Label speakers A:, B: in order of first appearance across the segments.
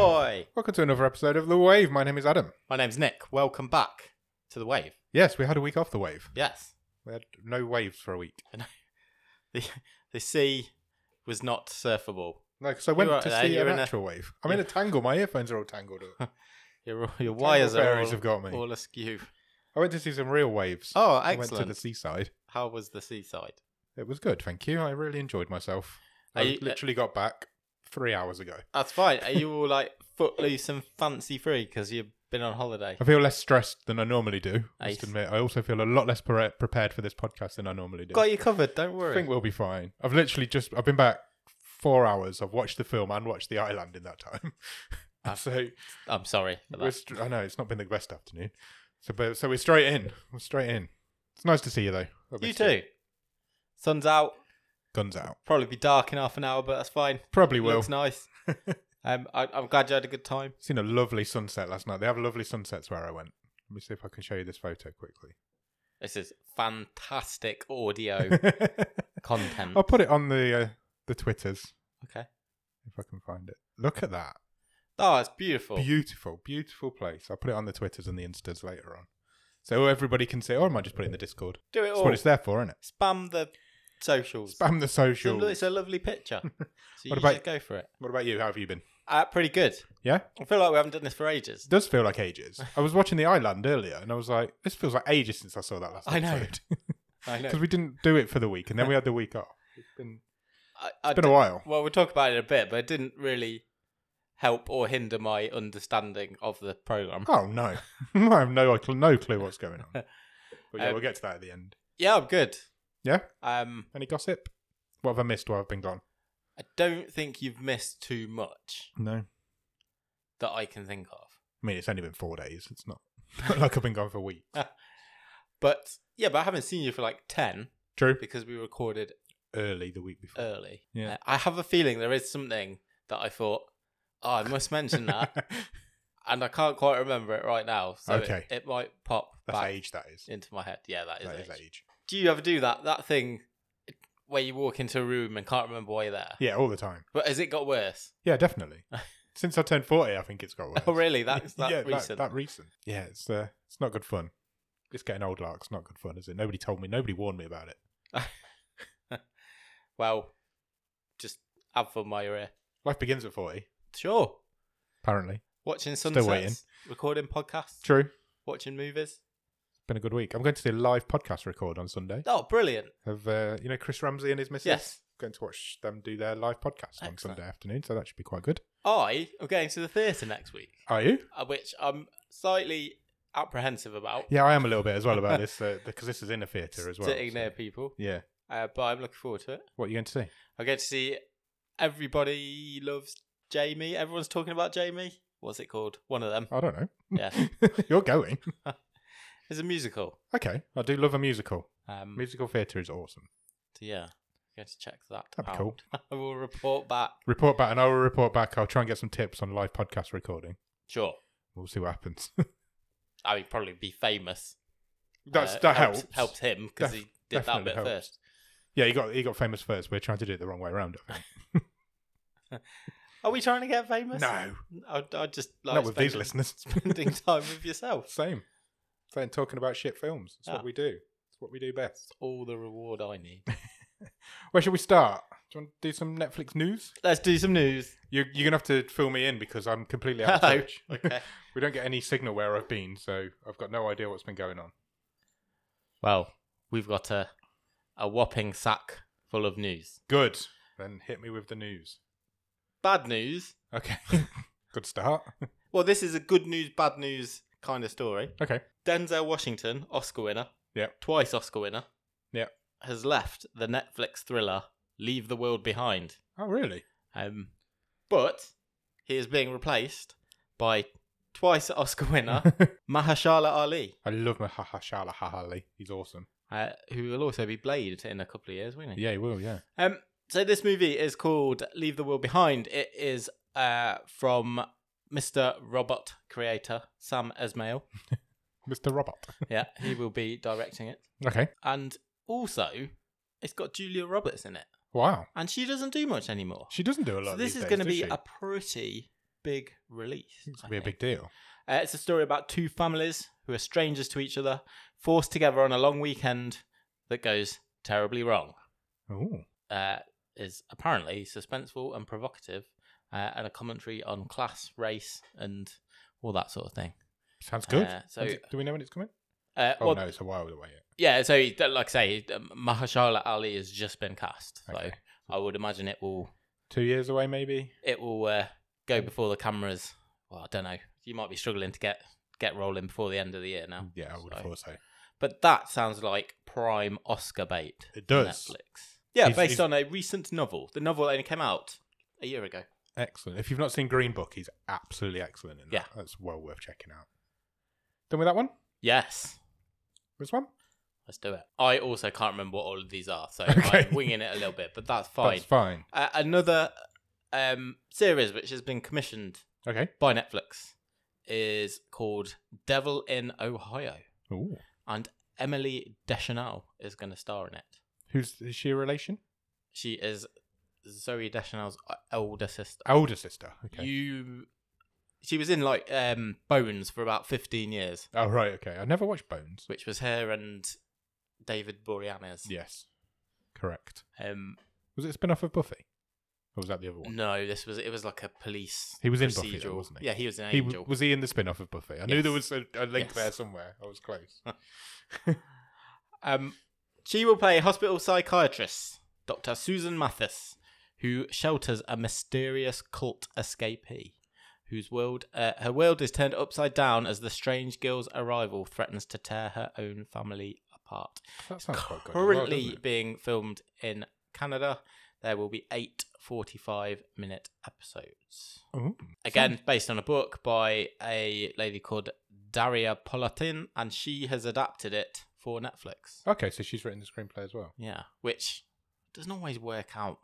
A: Welcome to another episode of The Wave. My name is Adam.
B: My name's Nick. Welcome back to the wave.
A: Yes, we had a week off the wave.
B: Yes,
A: We had no waves for a week.
B: the the sea was not surfable.
A: No, because I went
B: You're
A: to
B: right,
A: see
B: you're
A: an
B: in a-
A: actual wave. I'm in a tangle. My earphones are all tangled up.
B: Your your wires
A: Tangle
B: are
A: fairies
B: all,
A: have got me.
B: all askew.
A: I went to see some real waves.
B: Oh,
A: I went to
B: excellent.
A: the seaside.
B: How was the seaside?
A: It was good, thank you. I really enjoyed myself.
B: Are
A: I
B: you- uh,
A: literally got back three hours ago.
B: That's fine. Are you all like footloose and fancy free because you've been on holiday?
A: I feel less stressed than I normally do. I
B: Nice.
A: must admit. I also feel a lot less pre- prepared for this podcast than I normally do.
B: Got you covered. Don't worry.
A: I think we'll be fine. I've literally just I've been back four hours. I've watched the film and watched The Island in that time.
B: Ah.
A: so
B: I'm sorry. for that.
A: we're str- I know it's not been the best afternoon. So but so we're straight in. We're straight in. It's nice to see you though. I
B: You
A: missed
B: too. Sun's out.
A: Guns out.
B: Probably be dark in half an hour, but that's fine.
A: Probably will.
B: Looks nice. um, I, I'm glad you had a good time.
A: Seen a lovely sunset last night. They have lovely sunsets where I went. Let me see if I can show you this photo quickly.
B: This is fantastic audio content.
A: I'll put it on the uh, the twitters
B: Okay.
A: if I can find it. Look at that.
B: Oh, it's beautiful.
A: Beautiful, beautiful place. I'll put it on the Twitters and the Instas later on. So everybody can see, or I might just put it in the Discord.
B: Do it
A: That's
B: all.
A: what it's there for, isn't it?
B: Spam the socials.
A: Spam the
B: It's a-
A: social.
B: It's a lovely picture. So you
A: about-
B: should go for it.
A: What about you? How have you been?
B: Uh, pretty good.
A: Yeah?
B: I feel like we haven't done this for ages.
A: It does feel like ages. I was watching The Island earlier and I was like, this feels like ages since I saw that last
B: I know. I
A: Because we didn't do it for the week and then we had the week off. It's been,
B: I, I
A: it's been
B: d-
A: a while.
B: well, we'll talk about it in a bit, but it didn't really help or hinder my understanding of the program.
A: Oh, no. I have no, no clue what's going on. But yeah,
B: Um,
A: we'll get to that at the end.
B: Yeah, I'm good.
A: Yeah?
B: Um,
A: Any gossip? What have I missed while I've been gone?
B: I don't think you've missed too much
A: No.
B: that I can think of.
A: I mean, it's only been four days. It's not not like I've been gone for a week.
B: Uh, But yeah, but I haven't seen you for like ten
A: True.
B: because we recorded
A: Early the week before.
B: early. Uh,
A: Yeah.
B: I I have a feeling there is something that I thought, oh, I must mention that, and I can't quite remember it right now. So it-
A: Okay.
B: it, might pop
A: That's
B: back
A: age. That is.
B: into my head. Yeah, that is,
A: that
B: age.
A: is age.
B: Do you ever do that? That thing where you walk into a room and can't remember why you're there.
A: Yeah, all the time.
B: But has it got worse?
A: Yeah, definitely. Since I turned forty, I think it's got worse.
B: Oh, really? That's that
A: yeah,
B: recent.
A: That, recent. Yeah, it's uh, it's not good fun. It's getting old, Lark. It's not good fun, is it? Nobody told me. Nobody warned me about it.
B: Well, just have fun while you're here.
A: Life begins at forty,
B: Sure.
A: apparently.
B: Watching
A: waiting.
B: sunsets, recording podcasts,
A: True. It's
B: watching movies.
A: been a good week. I'm going to see a live podcast record on Sunday
B: Oh, brilliant!
A: of uh, you know Chris Ramsey and his missus.
B: Yes,
A: Going to watch them do their live podcast on
B: Excellent.
A: Sunday afternoon, so that should be quite good.
B: I am going to the theatre next week,
A: Are you?
B: uh, which I'm slightly apprehensive about.
A: Yeah, I am a little bit as well about this uh, because this is in a theatre as well.
B: sitting
A: so-
B: near people,
A: Yeah.
B: uh, but I'm looking forward to it.
A: What are you going to see?
B: I get to see everybody loves Jamie. Everyone's talking about Jamie. What's it called? One of them.
A: I don't know.
B: Yeah,
A: You're going.
B: it's a musical.
A: Okay. I do love a musical.
B: Um,
A: Musical theatre is awesome.
B: so yeah, I'm going to check that.
A: That'd be
B: out.
A: cool.
B: I will report back.
A: Report back, and I will report back. I'll try and get some tips on live podcast recording.
B: Sure.
A: We'll see what happens.
B: I mean, probably be famous.
A: That's
B: uh,
A: that helps.
B: Helps him because
A: Def-
B: he did that
A: definitely
B: bit
A: helps.
B: first.
A: Yeah, he got he got famous first. We're trying to do it the wrong way around. I think.
B: Are we trying to get famous?
A: No.
B: I, I just like
A: Not with these
B: spending-
A: listeners.
B: spending time with yourself.
A: Same. Same. Talking about shit films. That's
B: Ah.
A: what we do. It's what we do best.
B: All the reward I need.
A: Where should we start? Do you want to do some Netflix news?
B: Let's do some news.
A: You're, you're gonna have to fill me in because I'm completely out of
B: Hello.
A: touch.
B: Okay.
A: we don't get any signal where I've been, so I've got no idea what's been going on.
B: Well, we've got a a whopping sack full of news.
A: Good. Then hit me with the news.
B: Bad news.
A: Okay. Good start.
B: Well, this is a good news, bad news kind of story.
A: Okay.
B: Denzel Washington, Oscar winner,
A: Yep.
B: twice Oscar winner,
A: Yep.
B: has left the Netflix thriller Leave the World Behind.
A: Oh, really?
B: Um, but he is being replaced by twice Oscar winner Mahershala Ali.
A: I love Mahaha Shala Hahali. He's awesome.
B: uh, who will also be Blade in a couple of years, won't he?
A: Yeah, he will, yeah.
B: Um, so this movie is called Leave the World Behind. It is uh, from Mr. Robot creator Sam Esmail.
A: Mr. Robot.
B: yeah, he will be directing it,
A: Okay.
B: and also it's got Julia Roberts in it,
A: Wow.
B: and she doesn't do much anymore.
A: She doesn't do a lot.
B: So this
A: these
B: is
A: days,
B: going to
A: does
B: be
A: she?
B: a pretty big release.
A: It's
B: I
A: gonna be a
B: think.
A: big deal.
B: Uh, it's a story about two families who are strangers to each other, forced together on a long weekend that goes terribly wrong.
A: Oh,
B: Uh, is apparently suspenseful and provocative, uh, and a commentary on class, race, and all that sort of thing.
A: sounds good.
B: Uh, so-
A: so, do we know when it's coming?
B: Uh,
A: Oh
B: well,
A: no, it's a while away. Yet.
B: yeah. So, he- like I say, um, Mahershala Ali has just been cast, so
A: Okay.
B: I would imagine it will
A: Two years away, maybe.
B: it will uh, go before the cameras. Well, I don't know. You might be struggling to get get rolling before the end of the year now.
A: Yeah, I would
B: So-
A: have thought so.
B: But that sounds like prime Oscar bait.
A: It
B: for
A: does.
B: Netflix. Yeah,
A: He's-
B: based
A: he's-
B: on a recent novel. The novel only came out a year ago.
A: Excellent. If you've not seen Green Book, he's absolutely excellent in that.
B: Yeah.
A: That's well worth checking out. Done with that one?
B: Yes.
A: This one?
B: Let's do it. I also can't remember what all of these are, so
A: Okay.
B: I'm winging it a little bit, but that's fine.
A: That's fine.
B: Uh, another um, series which has been commissioned
A: Okay.
B: by Netflix is called Devil in Ohio,
A: Ooh.
B: and Emily Deschanel is going to star in it.
A: Who's is she a relation?
B: She is Zoe Deschanel's older sister.
A: Older sister. Okay.
B: You, she was in like um, Bones for about fifteen years,
A: oh right. Okay. I never watched Bones.
B: which was her and David Boreanaz.
A: Yes. Correct.
B: Um,
A: Was it a spin off of Buffy? Or was that the other one?
B: no, this was it was like a police.
A: He was in Buffy,
B: procedural.
A: though, wasn't he?
B: Yeah, he was an
A: He
B: angel.
A: w- was he in the spin off of Buffy? I knew
B: Yes.
A: there was a, a link
B: Yes.
A: there somewhere. I was close.
B: Um, she will play hospital psychiatrist Dr. Susan Mathis, who shelters a mysterious cult escapee, whose world uh, her world is turned upside down as the strange girl's arrival threatens to tear her own family apart.
A: That sounds quite good. as well,
B: Currently
A: doesn't it?
B: being filmed in Canada, there will be eight 45 minute episodes.
A: Ooh.
B: Again,
A: Hmm.
B: based on a book by a lady called Daria Polatin, and she has adapted it for Netflix.
A: Okay, so she's written the screenplay as well.
B: Yeah, which doesn't always work out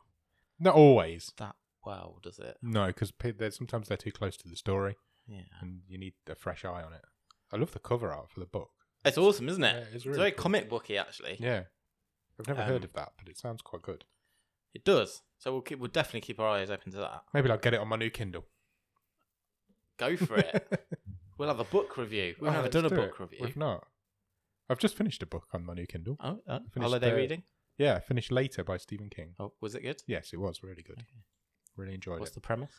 A: Not always.
B: that well, does it?
A: No, because sometimes they're too close to the story,
B: Yeah,
A: and you need a fresh eye on it. I love the cover art for the book.
B: it's awesome, isn't it?
A: Yeah, it's
B: it's,
A: really
B: very
A: cool.
B: comic booky, actually.
A: Yeah, I've never
B: Um,
A: heard of that, but it sounds quite good.
B: It does. So we'll keep, we'll definitely keep our eyes open to that.
A: Maybe I'll get it on my new Kindle.
B: Go for it. we'll have a book review. We've
A: Oh,
B: never
A: let's
B: done a
A: do
B: book
A: it.
B: review.
A: We've not. I've just finished a book on my new Kindle.
B: Oh, oh
A: Finished
B: holiday
A: the-
B: reading.
A: Yeah, finished later by Stephen King.
B: Oh, was it good?
A: Yes, it was really good. Really enjoyed
B: What's
A: it.
B: the premise?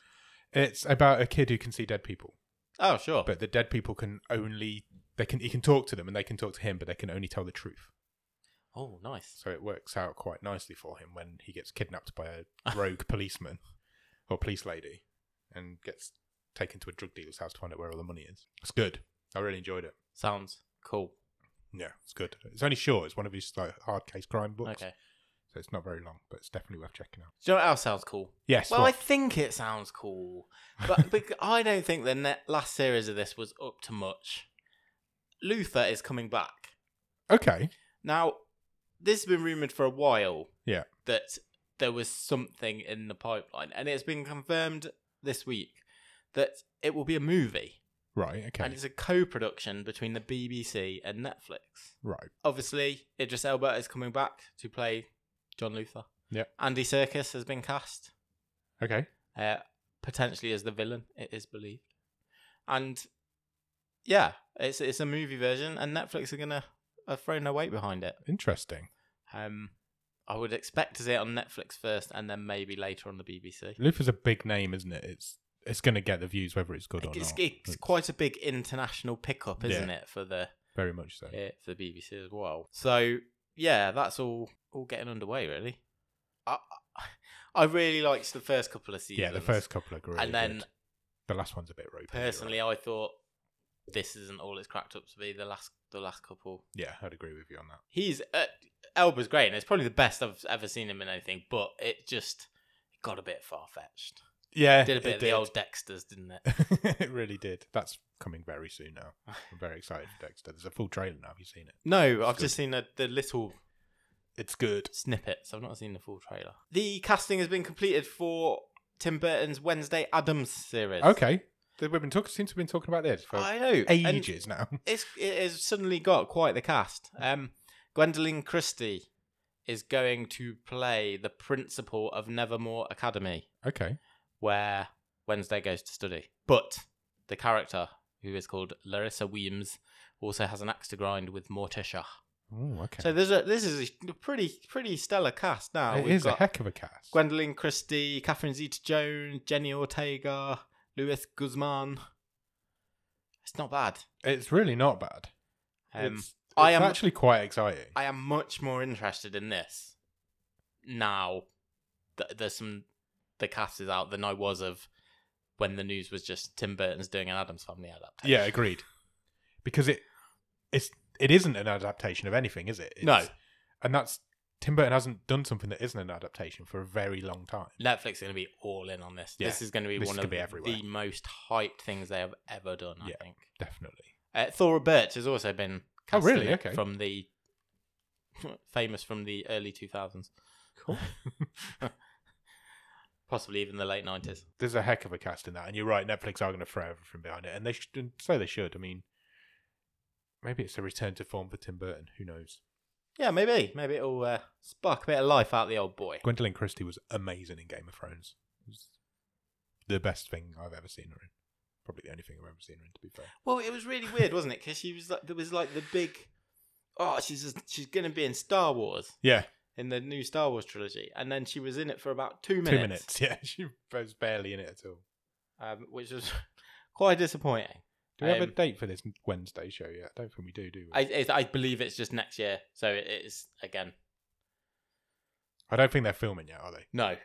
A: It's about a kid who can see dead people,
B: Oh, sure.
A: but the dead people can only they can he can talk to them and they can talk to him, but they can only tell the truth.
B: oh, nice.
A: So it works out quite nicely for him when he gets kidnapped by a rogue policeman or police lady and gets taken to a drug dealer's house to find out where all the money is. It's good. I really enjoyed it.
B: Sounds cool.
A: Yeah, it's good. It's only short. It's one of his like hard case crime books,
B: Okay.
A: so it's not very long, but it's definitely worth checking out.
B: Do you know what else sounds cool?
A: Yes.
B: Well, I
A: what?
B: think it sounds cool, but, but I don't think the net last series of this was up to much. Luther is coming back
A: okay.
B: now. This has been rumored for a while.
A: Yeah.
B: that there was something in the pipeline, and it's been confirmed this week that it will be a movie,
A: Right.
B: and
A: Okay.
B: it's a co-production between the BBC and Netflix.
A: Right.
B: Obviously, Idris Elba is coming back to play John Luther.
A: Yeah.
B: Andy Serkis has been cast
A: Okay.
B: uh, potentially as the villain. It is believed, and yeah, it's it's a movie version, and Netflix are gonna have thrown their weight behind it.
A: Interesting.
B: Um, I would expect to see it on Netflix first, and then maybe later on the BBC.
A: Luther's a big name, isn't it? It's it's going to get the views whether it's good or
B: It's,
A: not.
B: it's quite a big international pickup, isn't it, for the
A: very much so.
B: eh, for the BBC as well. So yeah, that's all all getting underway really. I I really liked the first couple of seasons.
A: Yeah, the first couple are great.
B: and then
A: the last one's a bit ropey. you're right.
B: personally I thought this isn't all it's cracked up to be. The last the last couple,
A: yeah, I'd agree with you on that.
B: he's uh, Elba's great, and it's probably the best I've ever seen him in anything. But it just got a bit far fetched.
A: Yeah,
B: Did a bit
A: it
B: of the old Dexter's, didn't it?
A: it really did. That's coming very soon now. I'm very excited for Dexter. There's a full trailer now. Have you seen it?
B: No,
A: It's
B: I've
A: good.
B: just seen the, the little
A: It's good.
B: snippets. I've not seen the full trailer. The casting has been completed for Tim Burton's Wednesday Adams series.
A: Okay, we've been talking. Seems to have been talking about this for
B: I know. and
A: ages now.
B: it's it has suddenly got quite the cast. Um, Gwendolyn Christie is going to play the principal of Nevermore Academy,
A: Okay,
B: where Wednesday goes to study. But the character, who is called Larissa Weems, also has an axe to grind with Morticia.
A: Oh, okay.
B: So uh, there's a this is a pretty pretty stellar cast now.
A: it is a heck of a cast.
B: Gwendolyn Christie, Catherine Zeta Jones, Jenny Ortega, Luis Guzman. It's not bad.
A: it's really not bad.
B: Um,
A: it's,
B: I
A: it's
B: am-
A: actually quite exciting.
B: I am much more interested in this now that there's some the cast is out than I was of when the news was just Tim Burton's doing an Adams Family adaptation.
A: yeah, agreed. Because it it's it isn't an adaptation of anything, is it? It's,
B: No.
A: and that's Tim Burton hasn't done something that isn't an adaptation for a very long time.
B: Netflix is going to be all in on this.
A: Yeah,
B: this is going to be
A: this
B: one
A: could
B: of
A: be everywhere.
B: the most hyped things they have ever done. I
A: Yeah.
B: think.
A: Definitely.
B: Uh, Thora Birch has also been.
A: Oh,
B: cast
A: really?
B: in it
A: Okay.
B: From the famous from the early two thousands.
A: Cool.
B: Possibly even the late nineties.
A: There's a heck of a cast in that, and you're right. Netflix are going to throw everything behind it, and they should, and so they should. I mean, maybe it's a return to form for Tim Burton. Who knows?
B: Yeah, maybe. Maybe it'll uh, spark a bit of life out of the old boy.
A: Gwendolyn Christie was amazing in Game of Thrones. It was the best thing I've ever seen her in. Probably the only thing I've ever seen her in. To be fair.
B: Well, it was really weird, wasn't it? Because she was like, there was like the big, oh, she's just, she's gonna be in Star Wars
A: Yeah,
B: in the new Star Wars trilogy, and then she was in it for about two minutes,
A: two minutes. Yeah, she was barely in it at all.
B: um, which was quite disappointing.
A: Do we have
B: Um,
A: a date for this Wednesday show yet? I don't think we do, do we?
B: I, it, I believe it's just next year, so it is again.
A: I don't think they're filming yet, are they?
B: No,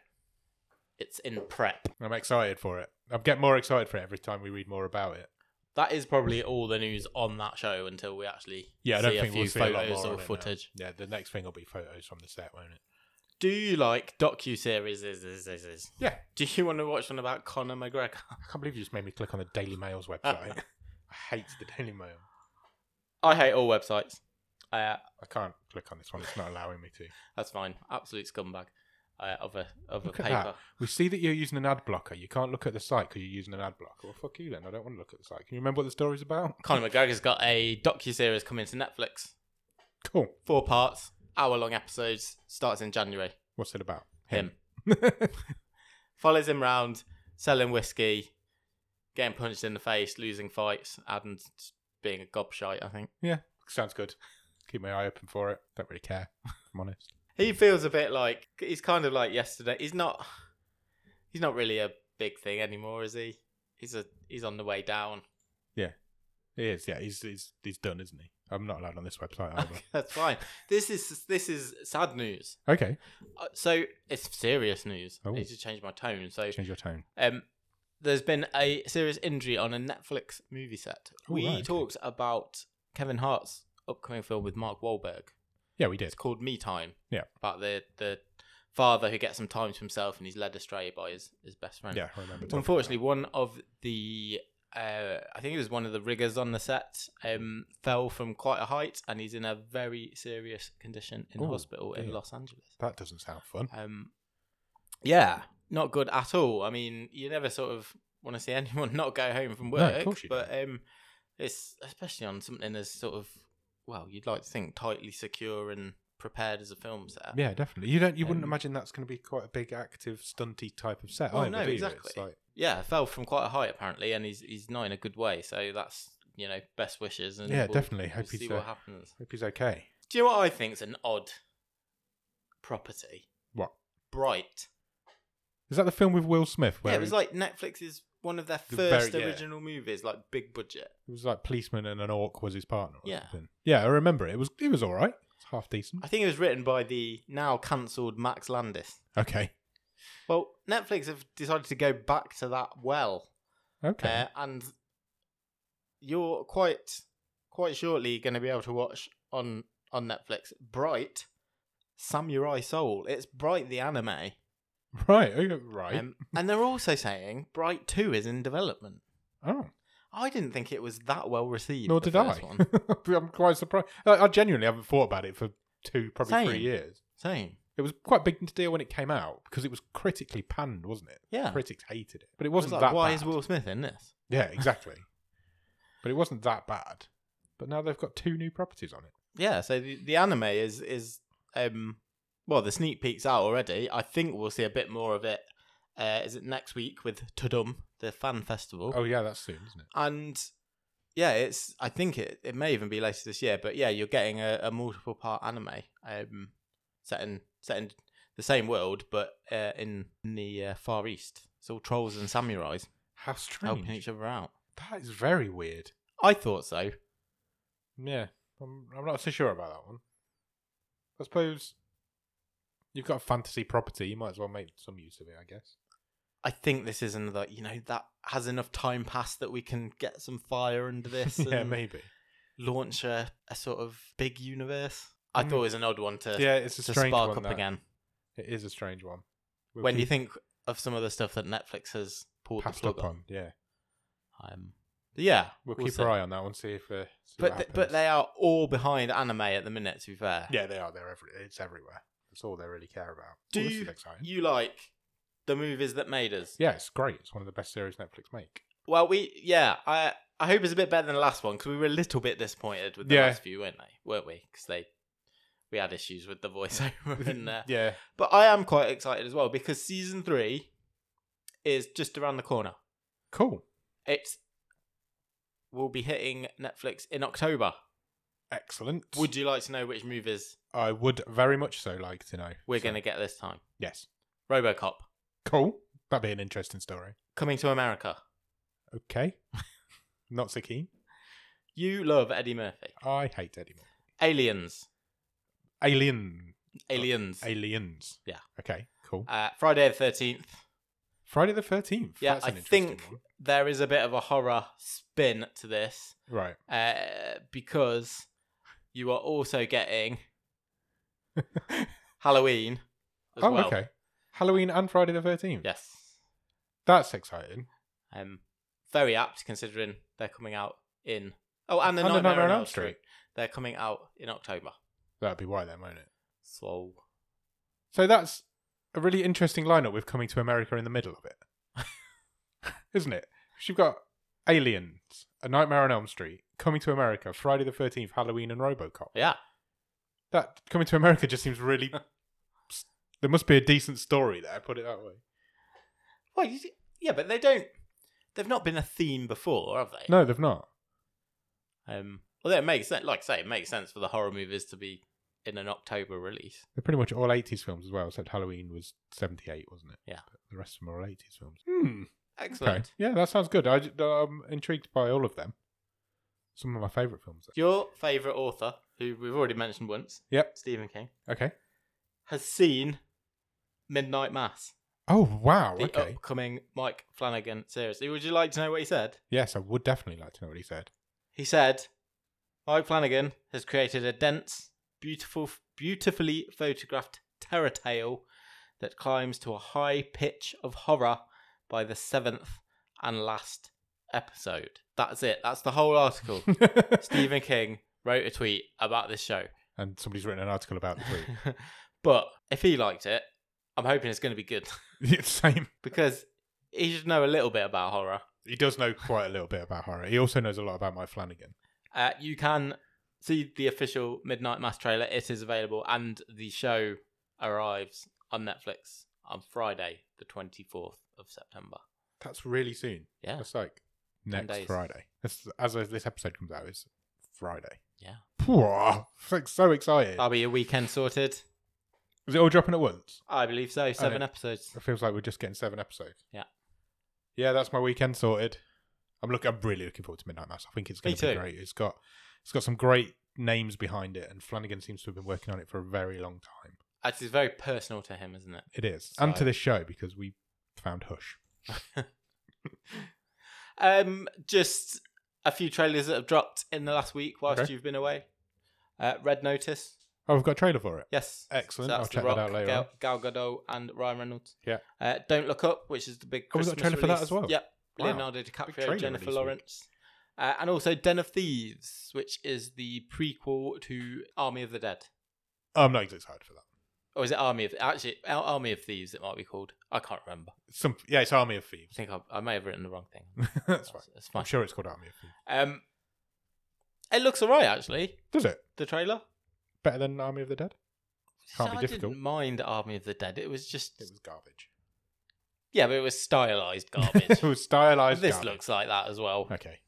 B: it's in prep.
A: I'm excited for it. I get more excited for it every time we read more about it.
B: That is probably all the news on that show until we actually
A: Yeah, I
B: see
A: don't
B: a
A: think
B: few
A: we'll see a lot
B: photos
A: more
B: or
A: on it now.
B: footage.
A: Yeah, the next thing will be photos from the set, won't it?
B: Do you like docu series? Is is is is?
A: Yeah.
B: Do you want to watch one about Conor McGregor?
A: I can't believe you just made me click on the Daily Mail's website. I hate the Daily Mail.
B: I hate all websites. Uh,
A: I can't click on this one. It's not allowing me to.
B: That's fine. Absolute scumbag uh, of a of
A: Look
B: a
A: at
B: paper.
A: that. We see that you're using an ad blocker. You can't look at the site because you're using an ad blocker. Well, fuck you then. I don't want to look at the site. Can you remember what the story's about?
B: Conor McGregor's got a docu series coming to Netflix.
A: Cool.
B: Four parts, hour long episodes. Starts in January.
A: What's it about?
B: Him follows him round, selling whiskey, getting punched in the face, losing fights, and being a gobshite. I think
A: Sounds good. Keep my eye open for it. Don't really care. if I'm honest.
B: he feels a bit like he's kind of like yesterday. He's not. He's not really a big thing anymore, is he? He's a he's on the way down.
A: He is, yeah. He's he's he's done, isn't he? I'm not allowed on this website either.
B: That's fine. This is this is sad news.
A: okay,
B: Uh, so it's serious news.
A: Oh.
B: I need to change my tone. So,
A: change your tone.
B: um, there's been a serious injury on a Netflix movie set.
A: Oh,
B: we
A: right, okay.
B: talked about Kevin Hart's upcoming film with Mark Wahlberg.
A: Yeah, we
B: It's
A: did.
B: called Me Time.
A: Yeah.
B: about the the father who gets some time to himself and he's led astray by his his best friend.
A: Yeah, I remember. talking
B: Unfortunately, one of the uh, I think it was one of the riggers on the set um, fell from quite a height, and he's in a very serious condition in
A: Oh,
B: hospital in
A: dear.
B: Los Angeles.
A: about that. that doesn't sound fun.
B: Um, yeah, not good at all. I mean, you never sort of want to see anyone not go home from
A: No, of
B: work,
A: course you
B: but um, it's especially on something as sort of well, you'd like to think tightly secure and prepared as a film set.
A: Yeah, definitely. You don't. You wouldn't
B: Uh, Um,
A: imagine that's going to be quite a big, active, stunty type of set.
B: Well,
A: either,
B: no,
A: do you? It's
B: exactly.
A: like,
B: yeah, fell from quite a height apparently, and he's he's not in a good way. So that's you know best wishes and
A: yeah,
B: we'll-
A: definitely.
B: We'll
A: Hope
B: see
A: he's
B: what
A: uh,
B: happens.
A: hope he's okay.
B: Do you know what I think's an odd property?
A: What
B: Bright.
A: is that? The film with Will Smith? Where
B: yeah, it was
A: he-
B: like Netflix's one of their
A: The
B: first
A: very- yeah.
B: original movies, like big budget.
A: it was like policeman and an orc was his partner. Or
B: Yeah.
A: something. yeah, I remember it. It was it was all right. It's half decent.
B: I think it was written by the now cancelled Max Landis.
A: Okay,
B: Well, Netflix have decided to go back to that well,
A: okay.
B: uh, and you're quite quite shortly going to be able to watch on on Netflix Bright Samurai Soul. It's Bright the anime,
A: right, okay, right.
B: um, and they're also saying Bright Two is in development.
A: oh.
B: I didn't think it was that well received.
A: Nor
B: the
A: did I.
B: first One.
A: I'm quite surprised. I, I genuinely haven't thought about it for two, probably three
B: Same.
A: years.
B: Same.
A: It was quite a big deal when it came out because it was critically panned, wasn't it?
B: Yeah.
A: Critics hated it, but it
B: I was
A: wasn't
B: like,
A: that
B: why
A: bad.
B: is Will Smith in this?
A: Yeah, exactly. but it wasn't that bad. But now they've got two new properties on it.
B: yeah so the, the anime is is um well the sneak peeks out already i think we'll see a bit more of it uh is it next week with tudum the fan festival.
A: Oh yeah, that's soon, isn't it?
B: And yeah, it's I think it, it may even be later this year, but yeah, you're getting a, a multiple part anime um, set in set in the same world, but uh, in the uh, Far East. It's all trolls and samurais
A: How
B: helping
A: strange.
B: each other out.
A: That is very weird.
B: I thought so.
A: Yeah, I'm, I'm not so sure about that one. I suppose you've got a fantasy property, you might as well make some use of it, I guess.
B: I think this is another. You know, that has enough time passed that we can get some fire under this
A: yeah,
B: and
A: maybe.
B: launch a, a sort of big universe. I
A: Mm.
B: thought it was an odd one to
A: Yeah, it's a
B: to
A: strange
B: spark
A: one.
B: up
A: that.
B: again.
A: It is a strange one. We'll
B: when do you
A: keep
B: think of some of the stuff that Netflix has pulled the
A: passed
B: plug
A: up
B: on?
A: on? Yeah,
B: Um, yeah,
A: we'll, keep
B: see.
A: our eye on that one. See if. Uh, see
B: But
A: what
B: th- but
A: happens.
B: they are all behind anime at the minute. To be fair,
A: Yeah, they are. They're every. It's everywhere. That's all they really care about.
B: Do
A: Oh, this
B: you-
A: is exciting.
B: You like the movies that made us?
A: Yeah, it's great. It's one of the best series Netflix make.
B: Well, we yeah. I I hope it's a bit better than the last one because we were a little bit disappointed with the
A: Yeah.
B: last few, weren't they? Weren't we? Because they we had issues with the voiceover in there.
A: yeah,
B: But I am quite excited as well because season three is just around the corner.
A: cool,
B: It's will be hitting Netflix in October.
A: excellent.
B: Would you like to know which movies
A: I would very much so like to know.
B: we're
A: So,
B: going to get this time?
A: Yes,
B: RoboCop
A: cool. That'd be an interesting story.
B: coming to America.
A: Okay, not so keen.
B: You love Eddie Murphy.
A: I hate Eddie Murphy.
B: Aliens.
A: Alien,
B: Aliens.
A: aliens.
B: Yeah.
A: Okay, cool.
B: Uh, Friday the thirteenth.
A: Friday the Thirteenth.
B: yeah,
A: that's
B: I
A: an interesting
B: think-
A: one.
B: There is a bit of a horror spin to this
A: Right.
B: uh, because you are also getting Halloween. As
A: oh,
B: well.
A: okay. Halloween and Friday the Thirteenth.
B: Yes.
A: That's exciting.
B: Um, very apt considering they're coming out in. Oh, and the
A: And The
B: Nightmare,
A: Nightmare
B: on Elm Street. They're coming out in October.
A: That'd be why then, won't it?
B: So
A: So that's a really interesting lineup with coming to America in the middle of it, isn't it? 'Cause You've got Aliens, A Nightmare on Elm Street, Coming to America, Friday the Thirteenth, Halloween, and RoboCop.
B: yeah,
A: That Coming to America just seems really. there must be a decent story there. Put it that way.
B: well, you, see- yeah, but they don't. They've not been a theme before, have they?
A: No, they've not.
B: Um, although it makes sense, like I say, it makes sense for the horror movies to be in an October release.
A: They're pretty much all 80s films as well, except Halloween was 78, wasn't it?
B: Yeah.
A: But the rest of them are all 80s films. Hmm.
B: Excellent.
A: Okay. Yeah, that sounds good. I, am intrigued by all of them. Some of my favourite films.
B: Your favorite author, who we've already mentioned once,
A: Yep.
B: Stephen King,
A: Okay.
B: has seen Midnight Mass,
A: Oh, wow.
B: the uh,
A: okay.
B: upcoming Mike Flanagan series. Would you like to know what he said?
A: Yes, I would definitely like to know what he said.
B: He said, Mike Flanagan has created a dense, beautiful, beautifully photographed terror tale that climbs to a high pitch of horror by the seventh and last episode. That's it. That's the whole article. Stephen King wrote a tweet about this show.
A: And somebody's written an article about the tweet.
B: but if he liked it, I'm hoping it's going to be good
A: it's the same.
B: because he should know a little bit about horror.
A: He does know quite a little bit about horror. He also knows a lot about my Flanagan.
B: Uh, you can see the official Midnight Mass trailer. It is available, and the show arrives on Netflix on Friday, the 24th of September.
A: That's really soon.
B: Yeah.
A: That's like next
B: days.
A: Friday. That's, as of this episode comes out, it's Friday.
B: Yeah. Uh,
A: Pwah, it's like so excited.
B: That'll be your weekend sorted.
A: Is it all dropping at once?
B: I believe so. Seven
A: it-
B: episodes.
A: It feels like we're just getting seven episodes.
B: Yeah.
A: Yeah, that's my weekend sorted. I'm look. I'm really looking forward to Midnight Mass. I think it's going
B: Me
A: to be
B: too.
A: great. It's got it's got some great names behind it, and Flanagan seems to have been working on it for a very long time.
B: Actually, it's very personal to him, isn't it?
A: It is, and to
B: So-
A: this show because we found Hush.
B: Um, just a few trailers that have dropped in the last week whilst
A: Okay.
B: you've been away. Uh, Red Notice.
A: Oh, we've got a trailer for it.
B: Yes.
A: Excellent.
B: So
A: I'll
B: that's The
A: check that
B: Rock,
A: out later. on.
B: Gal, Gal Gadot, and Ryan Reynolds.
A: Yeah.
B: Uh, Don't Look Up, which is the big
A: Oh, we've got
B: Christmas
A: a trailer for that
B: release.
A: as well?
B: Yep.
A: Wow.
B: Leonardo
A: trailer
B: DiCaprio,
A: release
B: Jennifer
A: week.
B: Lawrence. Uh, and also Den of Thieves, which is the prequel to Army of the Dead.
A: I'm not excited for that.
B: Or is it Army of... Actually, Ar- Army of Thieves it might be called. I can't remember.
A: Some yeah, it's Army of
B: I
A: Thieves.
B: think I, I may have written the wrong thing.
A: that's fine.
B: It's
A: I'm
B: fine.
A: sure it's called Army of Thieves.
B: Um, it looks all right, actually,
A: Does it
B: the trailer.
A: better than Army of the Dead? Can't
B: So
A: be
B: I
A: difficult.
B: didn't mind Army of the Dead. It was just...
A: It was garbage.
B: Yeah, but it was stylized garbage.
A: it was stylized.
B: this
A: garbage.
B: looks like that as well.
A: okay.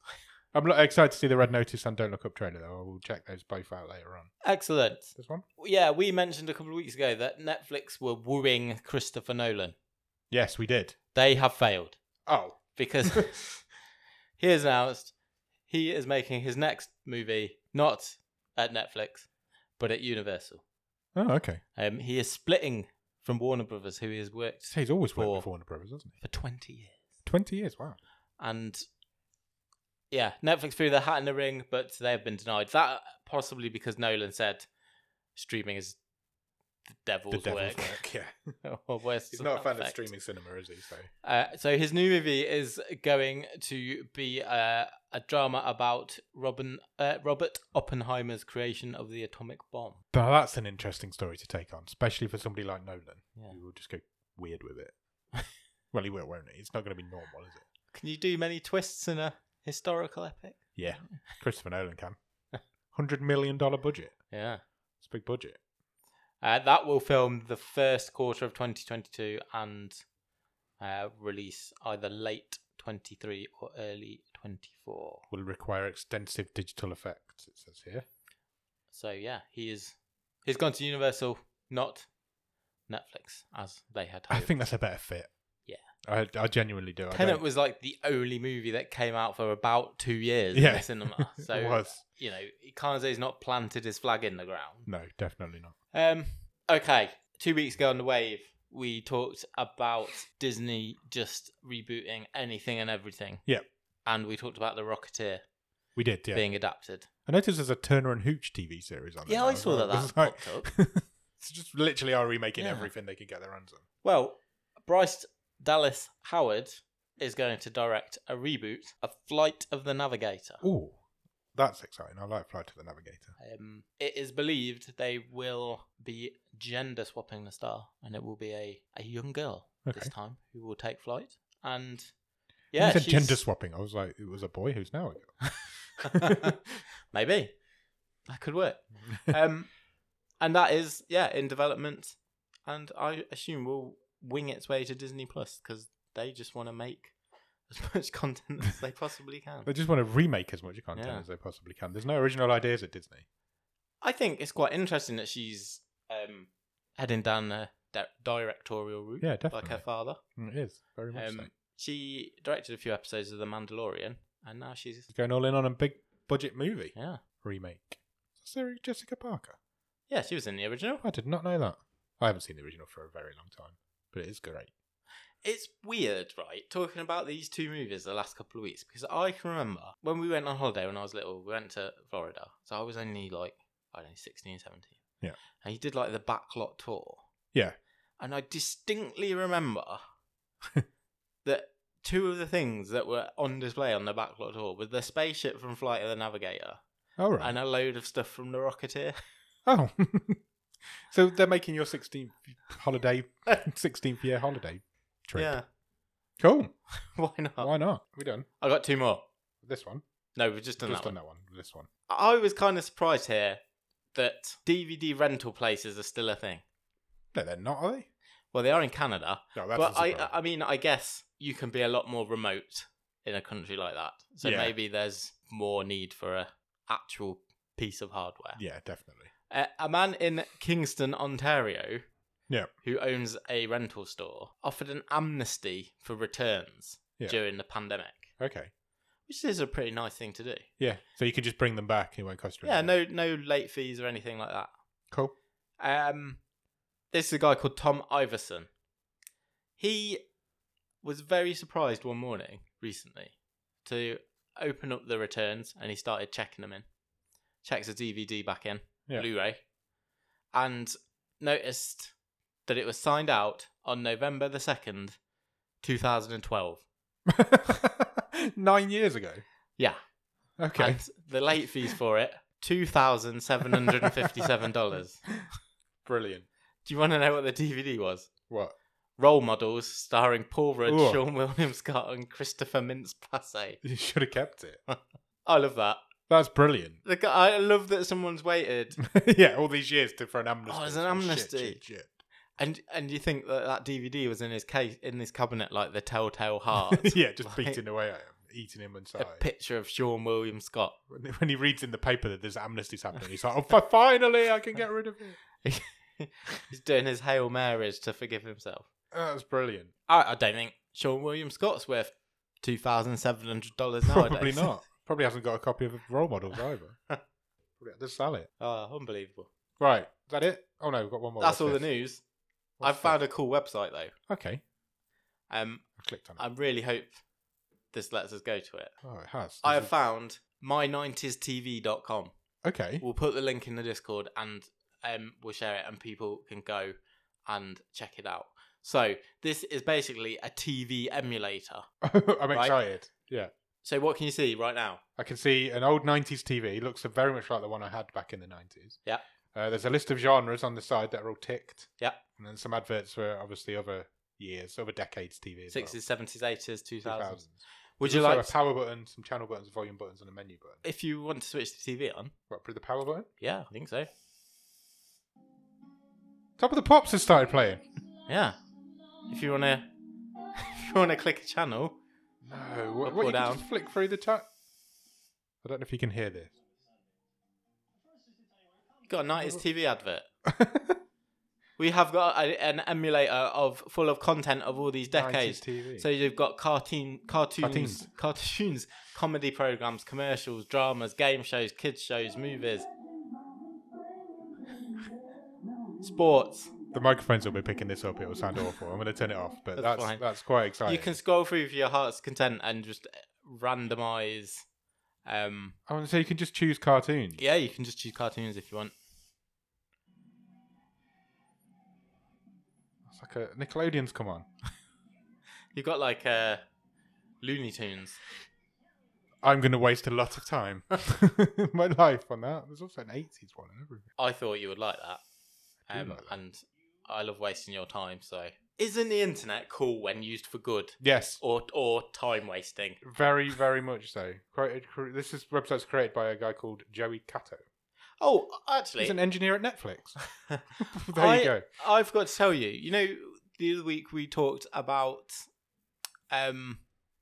A: I'm lo- excited to see the Red Notice and Don't Look Up trailer though. I will check those both out later on.
B: Excellent.
A: This one.
B: Yeah, we mentioned a couple of weeks ago that Netflix were wooing Christopher Nolan.
A: Yes, we did.
B: They have failed
A: Oh,
B: because he has announced he is making his next movie not at Netflix, but at Universal.
A: oh, okay.
B: Um, he is splitting from Warner Brothers, who he has worked
A: So he's always worked
B: Four.
A: with Warner Brothers, hasn't he?
B: for 20 years.
A: Twenty years. Wow.
B: And yeah, Netflix threw their hat in the ring, but they have been denied. That possibly because Nolan said streaming is the devil's, work.
A: Yeah,
B: or worse
A: he's not a fan of
B: effect.
A: streaming cinema, is he? So
B: Uh, so his new movie is going to be uh, a drama about Robin uh, Robert Oppenheimer's creation of the atomic bomb.
A: now that's an interesting story to take on, especially for somebody like Nolan,
B: Yeah.
A: who will just go weird with it. well, he will, won't he? It's not going to be normal, is it?
B: Can you do many twists in a historical epic?
A: Yeah, Christopher Nolan can. Hundred million dollar budget.
B: Yeah.
A: It's a big budget.
B: Uh, that will film the first quarter of 2022 and uh, release either late 23 or early 24.
A: Will require extensive digital effects. It says here.
B: So yeah, he is he's gone to Universal, not Netflix, as they had.
A: I
B: Hoped.
A: think that's a better fit.
B: Yeah.
A: I, I genuinely do. I
B: Tenet
A: don't-
B: was like the only movie that came out for about two years in
A: Yeah.
B: the cinema. So
A: it was
B: you know, he can't say he's not planted his flag in the ground.
A: no, definitely not.
B: Um, okay, two weeks ago on the wave, we talked about Disney just rebooting anything and everything.
A: Yep.
B: And we talked about the Rocketeer
A: We did. Yeah.
B: being adapted.
A: I noticed there's a Turner and Hooch TV series on. it
B: Yeah,
A: now
B: I
A: as
B: saw
A: well.
B: that that
A: It's like-
B: popped up.
A: It's just literally are remaking
B: Yeah.
A: everything they can get their hands on.
B: Well, Bryce Dallas Howard is going to direct a reboot of Flight of the Navigator.
A: Ooh, that's exciting. I like Flight of the Navigator.
B: Um, it is believed they will be gender swapping the star, and it will be a, a young girl this
A: Okay.
B: time who will take flight. And
A: Yeah,
B: yeah,
A: said
B: she's-
A: gender swapping. I was like, it was a boy who's now a girl.
B: Maybe that could work. Um, and that is yeah in development, and I assume will wing its way to Disney Plus because they just want to make as much content as they possibly
A: they
B: can.
A: just want to remake as much content
B: Yeah.
A: as they possibly can. There's no original ideas at Disney.
B: I think it's quite interesting that she's um, heading down the di- directorial route,
A: Yeah,
B: like her
A: definitely.
B: father.
A: Mm, It is very much so.
B: Um, she directed a few episodes of The Mandalorian, and now she's
A: She's going all in on a big budget movie
B: yeah,
A: remake. Sarah Jessica Parker.
B: yeah. She was in the original.
A: I did not know that. I haven't seen the original for a very long time, but it is great.
B: It's weird, right? Talking about these two movies the last couple of weeks because I can remember when we went on holiday when I was little, we went to Florida. So I was only like, I don't know, 16, 17.
A: Yeah.
B: And you did like the backlot tour.
A: Yeah.
B: And I distinctly remember that two of the things that were on display on the backlot tour was the spaceship from Flight of the Navigator
A: All right.
B: and a load of stuff from The Rocketeer.
A: Oh. so they're making your 16th holiday, 16th year holiday trip.
B: Yeah. Uh,
A: Cool.
B: Why not?
A: Why not? We done.
B: I got two more.
A: This one.
B: No, we've just done
A: Just
B: that one.
A: done that one. This one.
B: I was kind of surprised here that DVD rental places are still a thing.
A: No, they're not, are they?
B: Well, they are in Canada,
A: No, that's
B: but
A: a
B: I, uh,
A: surprise.
B: I mean, I guess you can be a lot more remote in a country like that. So
A: Yeah.
B: maybe there's more need for a actual piece of hardware.
A: Yeah, definitely.
B: Uh, a man in Kingston, Ontario,
A: Yeah.
B: who owns a rental store, offered an amnesty for returns
A: Yeah.
B: during the pandemic,
A: Okay.
B: which is a pretty nice thing to do.
A: Yeah. So you could just bring them back. It won't cost you
B: Yeah,
A: anything.
B: no, no late fees or anything like that.
A: Cool.
B: Um, this is a guy called Tom Iverson. He was very surprised one morning recently to open up the returns and he started checking them in. Checks the DVD back in,
A: Yeah.
B: Blu ray, and noticed that it was signed out on November the 2nd, 2012.
A: Nine years ago.
B: Yeah.
A: Okay.
B: And the late fees for it, $2,757.
A: Brilliant.
B: Do you want to know what the DVD was?
A: What?
B: Role Models, starring Paul Rudd,
A: Ooh.
B: Sean William Scott, and Christopher Mintz Plasse.
A: You should have kept it.
B: I love that.
A: That's brilliant.
B: The gu- I love that someone's waited.
A: yeah, all these years to, for an amnesty.
B: Oh, it's an
A: Shit,
B: amnesty.
A: shit, shit.
B: And and you think that that DVD was in his case in his cabinet like the Telltale Heart?
A: yeah, just
B: Like,
A: beating away at him, eating him
B: A
A: inside.
B: picture of Sean William Scott.
A: When when he reads in the paper that there's amnesty's happening, he's like, "Oh, fi- finally, I can get rid of him."
B: He's doing his Hail Marys to forgive himself.
A: Oh, that's brilliant.
B: I, I don't think Sean William Scott's worth two thousand seven hundred dollars nowadays.
A: Probably not. Probably hasn't got a copy of role models either. Probably had to sell it.
B: Oh, unbelievable.
A: Right, is that it? Oh no, we've got one more.
B: That's all the
A: What's this?
B: news.
A: What's
B: I've found a cool website though.
A: that? Okay,
B: Um,
A: I've clicked on it.
B: I really hope this lets us go to it.
A: oh, it has.
B: I have
A: This
B: found my90stv.com.
A: is- Okay,
B: We'll put the link in the Discord and um, we'll share it, and people can go and check it out. So, this is basically a TV emulator.
A: I'm
B: Right.
A: excited. Yeah,
B: So, what can you see right now?
A: I can see an old '90s TV. Looks very much like the one I had back in the '90s.
B: Yeah.
A: Uh, there's a list of genres on the side that are all ticked.
B: Yeah.
A: And then some adverts for obviously other years, other decades TV. As well.
B: 60s, 70s, 80s, 2000s.
A: 2000s.
B: Would
A: There's
B: you
A: also
B: like,
A: a power button, some channel buttons, volume buttons, and a menu button?
B: if you want to switch the TV on?
A: What, through the power button?
B: Yeah, I think so.
A: Top of the Pops has started playing.
B: Yeah. If you want to. If you want to click a channel,
A: No, what,
B: Up
A: what
B: or
A: you can
B: down?
A: just flick through the chat. I don't know if you can hear this.
B: you got a 90s TV advert. We have got a, an emulator of full of content of all these decades.
A: 90s TV.
B: So you've got cartoon, cartoons,
A: Cartoons.
B: cartoons, comedy programs, commercials, dramas, game shows, kids shows, movies, sports.
A: the microphones will be picking this up. It will sound awful. I'm going to turn it off, but
B: That's
A: that's that's,
B: fine.
A: quite exciting.
B: You can scroll through for your heart's content and just eh, randomize. Um,
A: I want to say you can just choose cartoons.
B: yeah, you can just choose cartoons if you want.
A: It's like a Nickelodeon's come on.
B: You've got like uh, Looney Tunes.
A: I'm going to waste a lot of time my life on that. There's also an 80s one and everything.
B: I thought you would like that.
A: I do
B: Um,
A: like that.
B: And I love wasting your time, so. Isn't the internet cool when used for good
A: Yes,
B: or or time wasting?
A: very, very much so. Created, cre- this is website's created by a guy called Joey Cato.
B: Oh, actually,
A: He's an engineer at Netflix. there
B: I-
A: you go.
B: I've got to tell you. You know, the other week we talked about um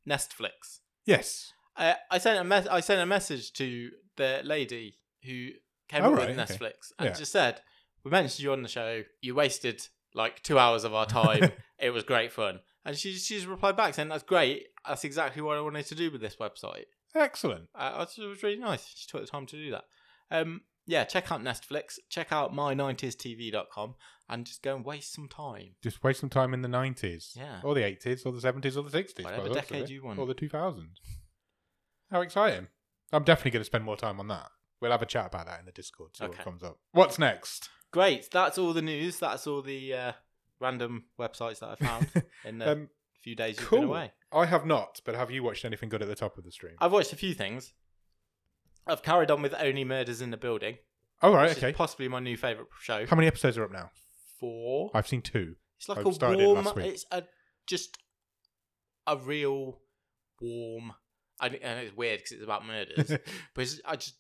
B: Nestflix.
A: Yes.
B: Uh, I sent a mes- I sent a message to the lady who came
A: Oh,
B: up
A: right,
B: with
A: okay.
B: Nestflix and
A: Yeah.
B: just said, "We mentioned you on the show. You wasted like two hours of our time. it was great fun." And she she's replied back saying, "That's great. That's exactly what I wanted to do with this website.
A: Excellent.
B: Uh, I thought it was really nice. She took the time to do that. Um, yeah, check out Netflix. Check out my90stv.com and just go and waste some time.
A: Just waste some time in the 90s.
B: Yeah.
A: Or the 80s, or the 70s, or the 60s. by
B: Whatever
A: the looks of
B: decade
A: it.
B: you want.
A: Or the 2000s. How exciting. I'm definitely going to spend more time on that. We'll have a chat about that in the Discord, see
B: Okay.
A: what comes up. What's next?
B: Great. That's all the news. That's all the uh, random websites that I found in the
A: Um,
B: few days you've been
A: cool.
B: away.
A: I have not, but have you watched anything good at the top of the stream?
B: I've watched a few things. I've carried on with Only Murders in the Building.
A: oh, right,
B: Which
A: okay.
B: Is possibly my new favourite show.
A: How many episodes are up now?
B: Four.
A: I've seen two.
B: It's like
A: I've
B: a
A: started it
B: warm.
A: last week.
B: It's a just a real warm. I, and it's weird because it's about murders, but it's, I just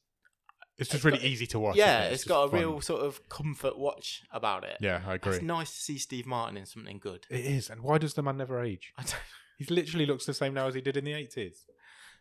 A: It's just
B: It's
A: really
B: got-
A: easy to watch.
B: yeah,
A: isn't it?
B: it's got a
A: just fun.
B: real sort of comfort watch about it.
A: Yeah, I agree.
B: it's nice to see Steve Martin in something good.
A: It is. And why does the man never age?
B: I don't-
A: He literally looks the same now as he did in the 80s.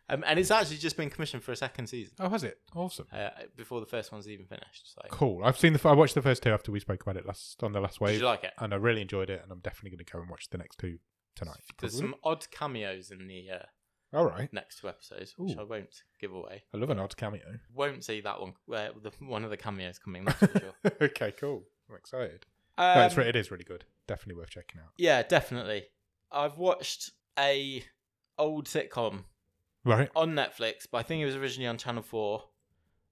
B: um, and it's actually just been commissioned for a second season
A: Oh, has it? Awesome.
B: uh, before the first one's even finished. So
A: Cool. I've seen the. f- I watched the first two after we spoke about it last on the last
B: did
A: wave,
B: you like it?
A: and I really enjoyed it. And I'm definitely going to go and watch the next two tonight.
B: There's
A: probably.
B: some odd cameos in the uh,
A: All right.
B: next two episodes, which
A: Ooh.
B: I won't give away.
A: I love an odd cameo.
B: Won't see that one. Uh, the, one of the cameos coming. That's for sure.
A: okay, cool. I'm excited.
B: Um,
A: no, it's re- it is really good. Definitely worth checking out.
B: Yeah, definitely. I've watched a old sitcom
A: Right.
B: on Netflix, but I think it was originally on Channel Four,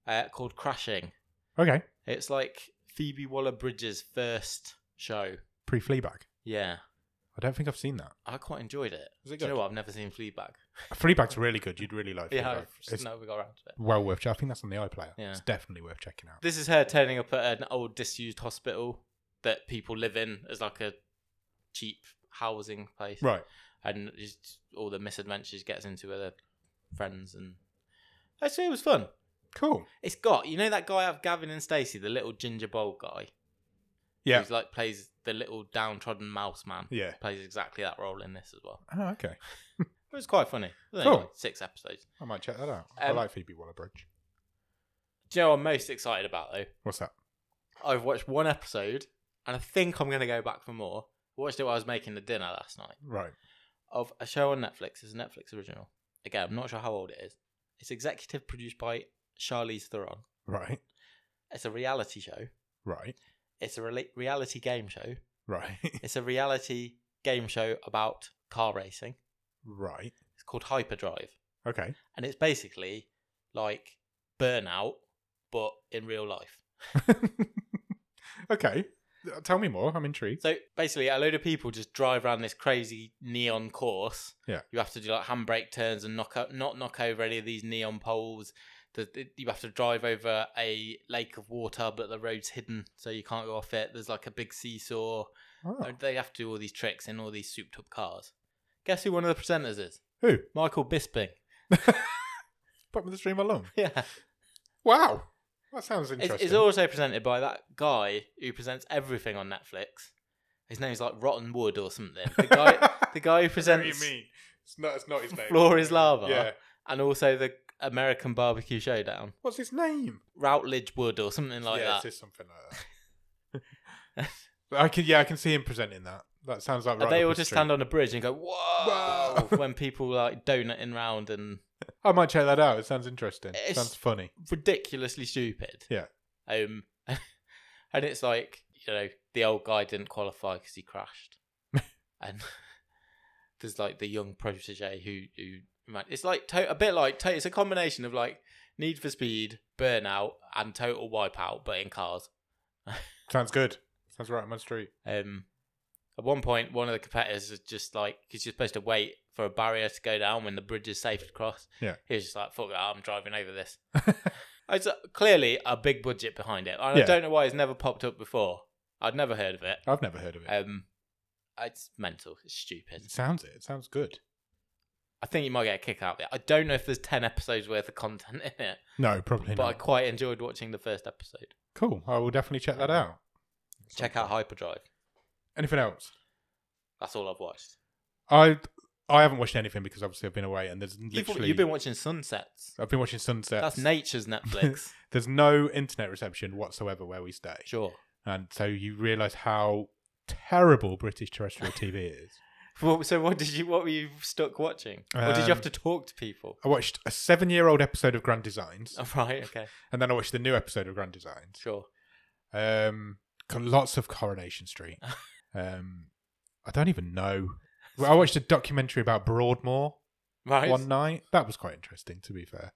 B: uh, called Crashing.
A: Okay.
B: It's like Phoebe Waller Bridge's first show.
A: Pre Fleabag.
B: Yeah,
A: I don't think I've seen that.
B: I quite enjoyed it.
A: Is it
B: Do you
A: good?
B: know what? I've never seen Fleabag.
A: Fleabag's really good. You'd really like.
B: Yeah,
A: Fleabag.
B: I've
A: It's
B: just never got around to it.
A: well worth. che- I think that's on the iPlayer.
B: Yeah.
A: It's definitely worth checking out.
B: This is her turning up at an old disused hospital that people live in as like a cheap housing place,
A: Right.
B: and just all the misadventures she gets into with her friends, and actually it was fun.
A: Cool.
B: It's got you know that guy out of Gavin and Stacey, the little ginger bowl guy.
A: Yeah.
B: who's like plays the little downtrodden mouse man.
A: Yeah.
B: Plays exactly that role in this as well.
A: Oh, okay.
B: It was quite funny. There's
A: Cool.
B: only, like, six episodes.
A: I might check that out. I
B: Um,
A: like Phoebe Waller-Bridge.
B: Do you know what I'm most excited about though?
A: What's that?
B: I've watched one episode, and I think I'm gonna go back for more. I watched it while I was making the dinner last night
A: Right.
B: of a show on Netflix. It's a Netflix original. Again, I'm not sure how old it is. It's executive produced by Charlize Theron.
A: Right.
B: It's a reality show.
A: Right.
B: It's a rela- reality game show.
A: Right.
B: It's a reality game show about car racing.
A: right.
B: It's called Hyperdrive.
A: Okay.
B: And it's basically like Burnout, but in real life.
A: okay. Uh, Tell me more. I'm intrigued.
B: So basically, a load of people just drive around this crazy neon course.
A: Yeah.
B: You have to do like handbrake turns and knock out, not knock over any of these neon poles. The- the- You have to drive over a lake of water, but the road's hidden, so you can't go off it. There's like a big seesaw.
A: Oh.
B: They have to do all these tricks in all these souped up cars. Guess who one of the presenters is?
A: Who?
B: Michael Bisping.
A: Bottom of the stream alone.
B: Yeah.
A: Wow. That sounds
B: It's,
A: interesting.
B: it's also presented by that guy who presents everything on Netflix. His name's like Rotten Wood or something. The guy, the guy
A: What do
B: who
A: you
B: presents
A: mean? It's not, it's not his name.
B: Floor is Lava
A: Yeah.
B: and also the American Barbecue Showdown.
A: What's his name?
B: Routledge Wood or something like
A: yeah,
B: that.
A: it's just something like that. I can, yeah, I can see him presenting that. That sounds like
B: And
A: right.
B: they
A: up
B: all
A: his
B: just
A: street.
B: stand on a bridge and go, whoa,
A: Whoa.
B: when people like donuting round and
A: I might check that out. It sounds interesting.
B: It's-
A: Sounds funny.
B: ridiculously stupid.
A: Yeah.
B: Um, and it's like you know the old guy didn't qualify because he crashed, and there's like the young protege who who man, it's like to- a bit like to- it's a combination of like Need for Speed, Burnout, and Total Wipeout, but in cars.
A: Sounds good. Sounds right up my street.
B: Um, at one point, one of the competitors is just like, because you're supposed to wait for a barrier to go down when the bridge is safe to cross.
A: Yeah.
B: He was just like, fuck that, I'm driving over this. it's uh, clearly a big budget behind it. And I
A: Yeah.
B: don't know why it's never popped up before. I'd never heard of it.
A: I've never heard of it.
B: Um, it's mental. It's stupid.
A: it sounds it. It sounds good.
B: I think you might get a kick out of it. I don't know if there's 10 episodes worth of content in it,
A: No, probably
B: but I
A: not.
B: quite enjoyed watching the first episode.
A: Cool. I will definitely check that out.
B: Check out Hyperdrive.
A: Anything else?
B: That's all I've watched.
A: I I haven't watched anything because obviously I've been away and there's
B: You've,
A: literally
B: you've been watching Sunsets.
A: I've been watching sunsets.
B: That's nature's Netflix.
A: there's no internet reception whatsoever where we stay,
B: sure.
A: and so you realise how terrible British terrestrial TV is.
B: Well, so what did you? What were you stuck watching? or did you have
A: Um,
B: to talk to people?
A: I watched a seven-year-old episode of Grand Designs,
B: Oh, right. Okay.
A: and then I watched the new episode of Grand Designs.
B: Sure.
A: Um, got lots of Coronation Street. um, I don't even know. Well, I watched a documentary about Broadmoor.
B: Right.
A: one night. That was quite interesting, to be fair.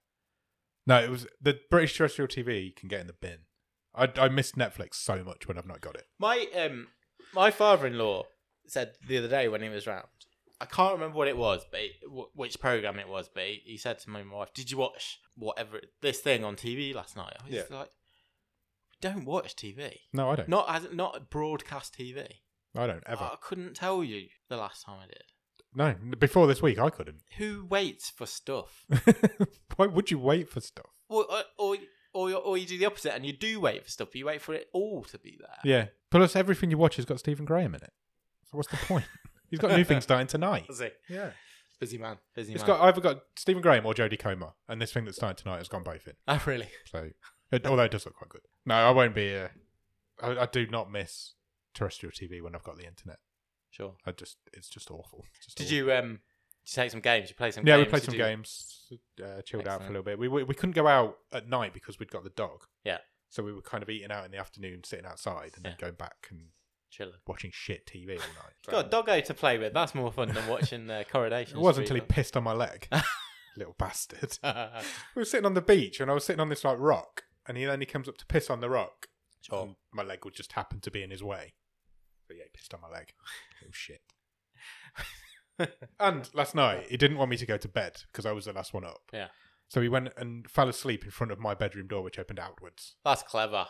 A: No, it was the British terrestrial TV can get in the bin. I, I miss Netflix so much when I've not got it.
B: My um, my father-in-law said the other day when he was round. I can't remember what it was, but it, wh- which program it was. But he, he said to my wife, "Did you watch whatever this thing on TV last night?" I was
A: Yeah.
B: like, "Don't watch TV.
A: No, I don't.
B: Not as not broadcast TV.
A: I don't ever.
B: I couldn't tell you the last time I did.
A: no, before this week I couldn't.
B: Who waits for stuff?"
A: Why would you wait for stuff?
B: Or, or, or, or you do the opposite and you do wait for stuff, but you wait for it all to be there.
A: Yeah. Plus, everything you watch has got Stephen Graham in it. So what's the point? He's got new things starting tonight.
B: Busy.
A: Yeah.
B: Busy man. Busy
A: It's
B: man.
A: got either got Stephen Graham or Jodie Comer, and this thing that's starting tonight has gone both in.
B: oh, really?
A: So, it, although it does look quite good. No, I won't be. Uh, I, I do not miss terrestrial TV when I've got the internet.
B: Sure.
A: I just it's just awful. It's just
B: Did
A: awful.
B: you um did you take some games? You play some
A: Yeah,
B: games?
A: we played
B: Did
A: some
B: you-
A: games, uh, chilled out for
B: Excellent.
A: a little bit. We, we we couldn't go out at night because we'd got the dog.
B: Yeah.
A: So we were kind of eating out in the afternoon, sitting outside, and then going back and
B: Chilling.
A: watching shit TV all night. So-
B: Got a doggo to play with. That's more fun than watching uh, Coronation.
A: it wasn't until
B: Street,
A: he pissed on my leg, little bastard.
B: huh?
A: We were sitting on the beach, and I was sitting on this like rock, and he then he comes up to piss on the rock.
B: Sure.
A: and my leg would just happen to be in his way. But yeah, he pissed on my leg. Oh shit. and last night he didn't want me to go to bed because I was the last one up.
B: Yeah.
A: So he went and fell asleep in front of my bedroom door, which opened outwards.
B: That's clever.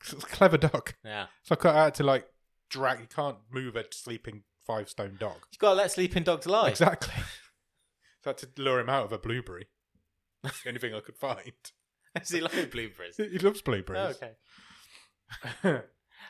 A: It's a clever dog.
B: Yeah.
A: So I had to like drag. You can't move a sleeping five stone dog.
B: You've got to let sleeping dogs lie.
A: Exactly. so I had to lure him out of a blueberry. That's the only thing I could find.
B: Does he like blueberries?
A: He loves
B: Oh,
A: blueberries.
B: okay.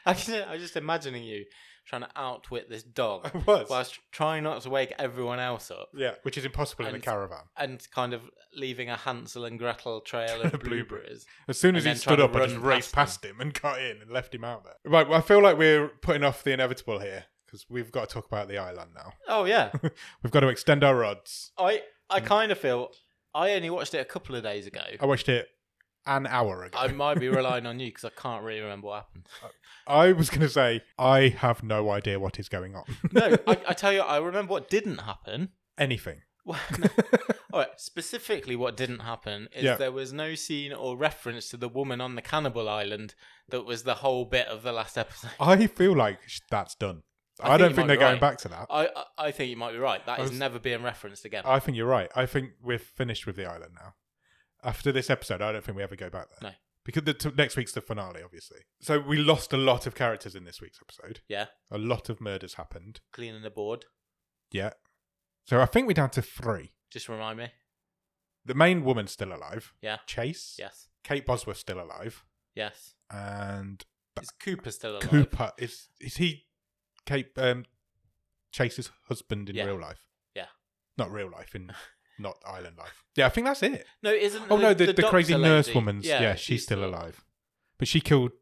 B: I can, I'm just imagining you trying to outwit this dog
A: I was.
B: whilst trying not to wake everyone else up
A: yeah, which is impossible in a
B: And-
A: caravan.
B: and kind of leaving a Hansel and Gretel trail of
A: Blueberries.
B: blueberries.
A: As soon as
B: and
A: he
B: then
A: stood
B: tried to
A: up, I
B: run
A: just raced
B: past
A: past him. and got in and left him out there. Right, well, I feel like we're putting off the inevitable here because we've got to talk about the island now.
B: Oh, yeah.
A: We've got to extend our rods.
B: I, I kind of feel I only watched it a couple of days ago.
A: I watched it an hour ago.
B: I might be relying on you because I can't really remember what happened.
A: I was going to say, I have no idea what is going on.
B: No, I, I tell you, I remember what didn't happen.
A: Anything.
B: Well, no. All right, specifically, what didn't happen is
A: Yeah.
B: there was no scene or reference to the woman on the cannibal island that was the whole bit of the last episode.
A: I feel like sh- that's done. I,
B: I think
A: don't think,
B: you might
A: they're
B: be
A: going
B: right.
A: back to that.
B: I, I, I think you might be right. That
A: I
B: is
A: was-
B: never being referenced again.
A: I think you're right. I think we're finished with the island now. After this episode, I don't think we ever go back there.
B: No.
A: Because the t- next week's the finale, obviously. So we lost a lot of characters in this week's episode.
B: Yeah.
A: A lot of murders happened.
B: Cleaning the board.
A: Yeah. So I think we're down to three.
B: Just remind me.
A: The main woman's still alive.
B: Yeah.
A: Chase.
B: Yes.
A: Kate Bosworth's still alive.
B: Yes.
A: And
B: Is Cooper still alive?
A: Cooper is is he Kate um Chase's husband in
B: Yeah.
A: real life?
B: Yeah.
A: Not real life in not island life. Yeah, I think that's it.
B: No, isn't.
A: Oh no, the, the, crazy
B: doctor
A: nurse
B: lady-
A: woman's yeah, she's, still
B: alive.
A: alive. But she killed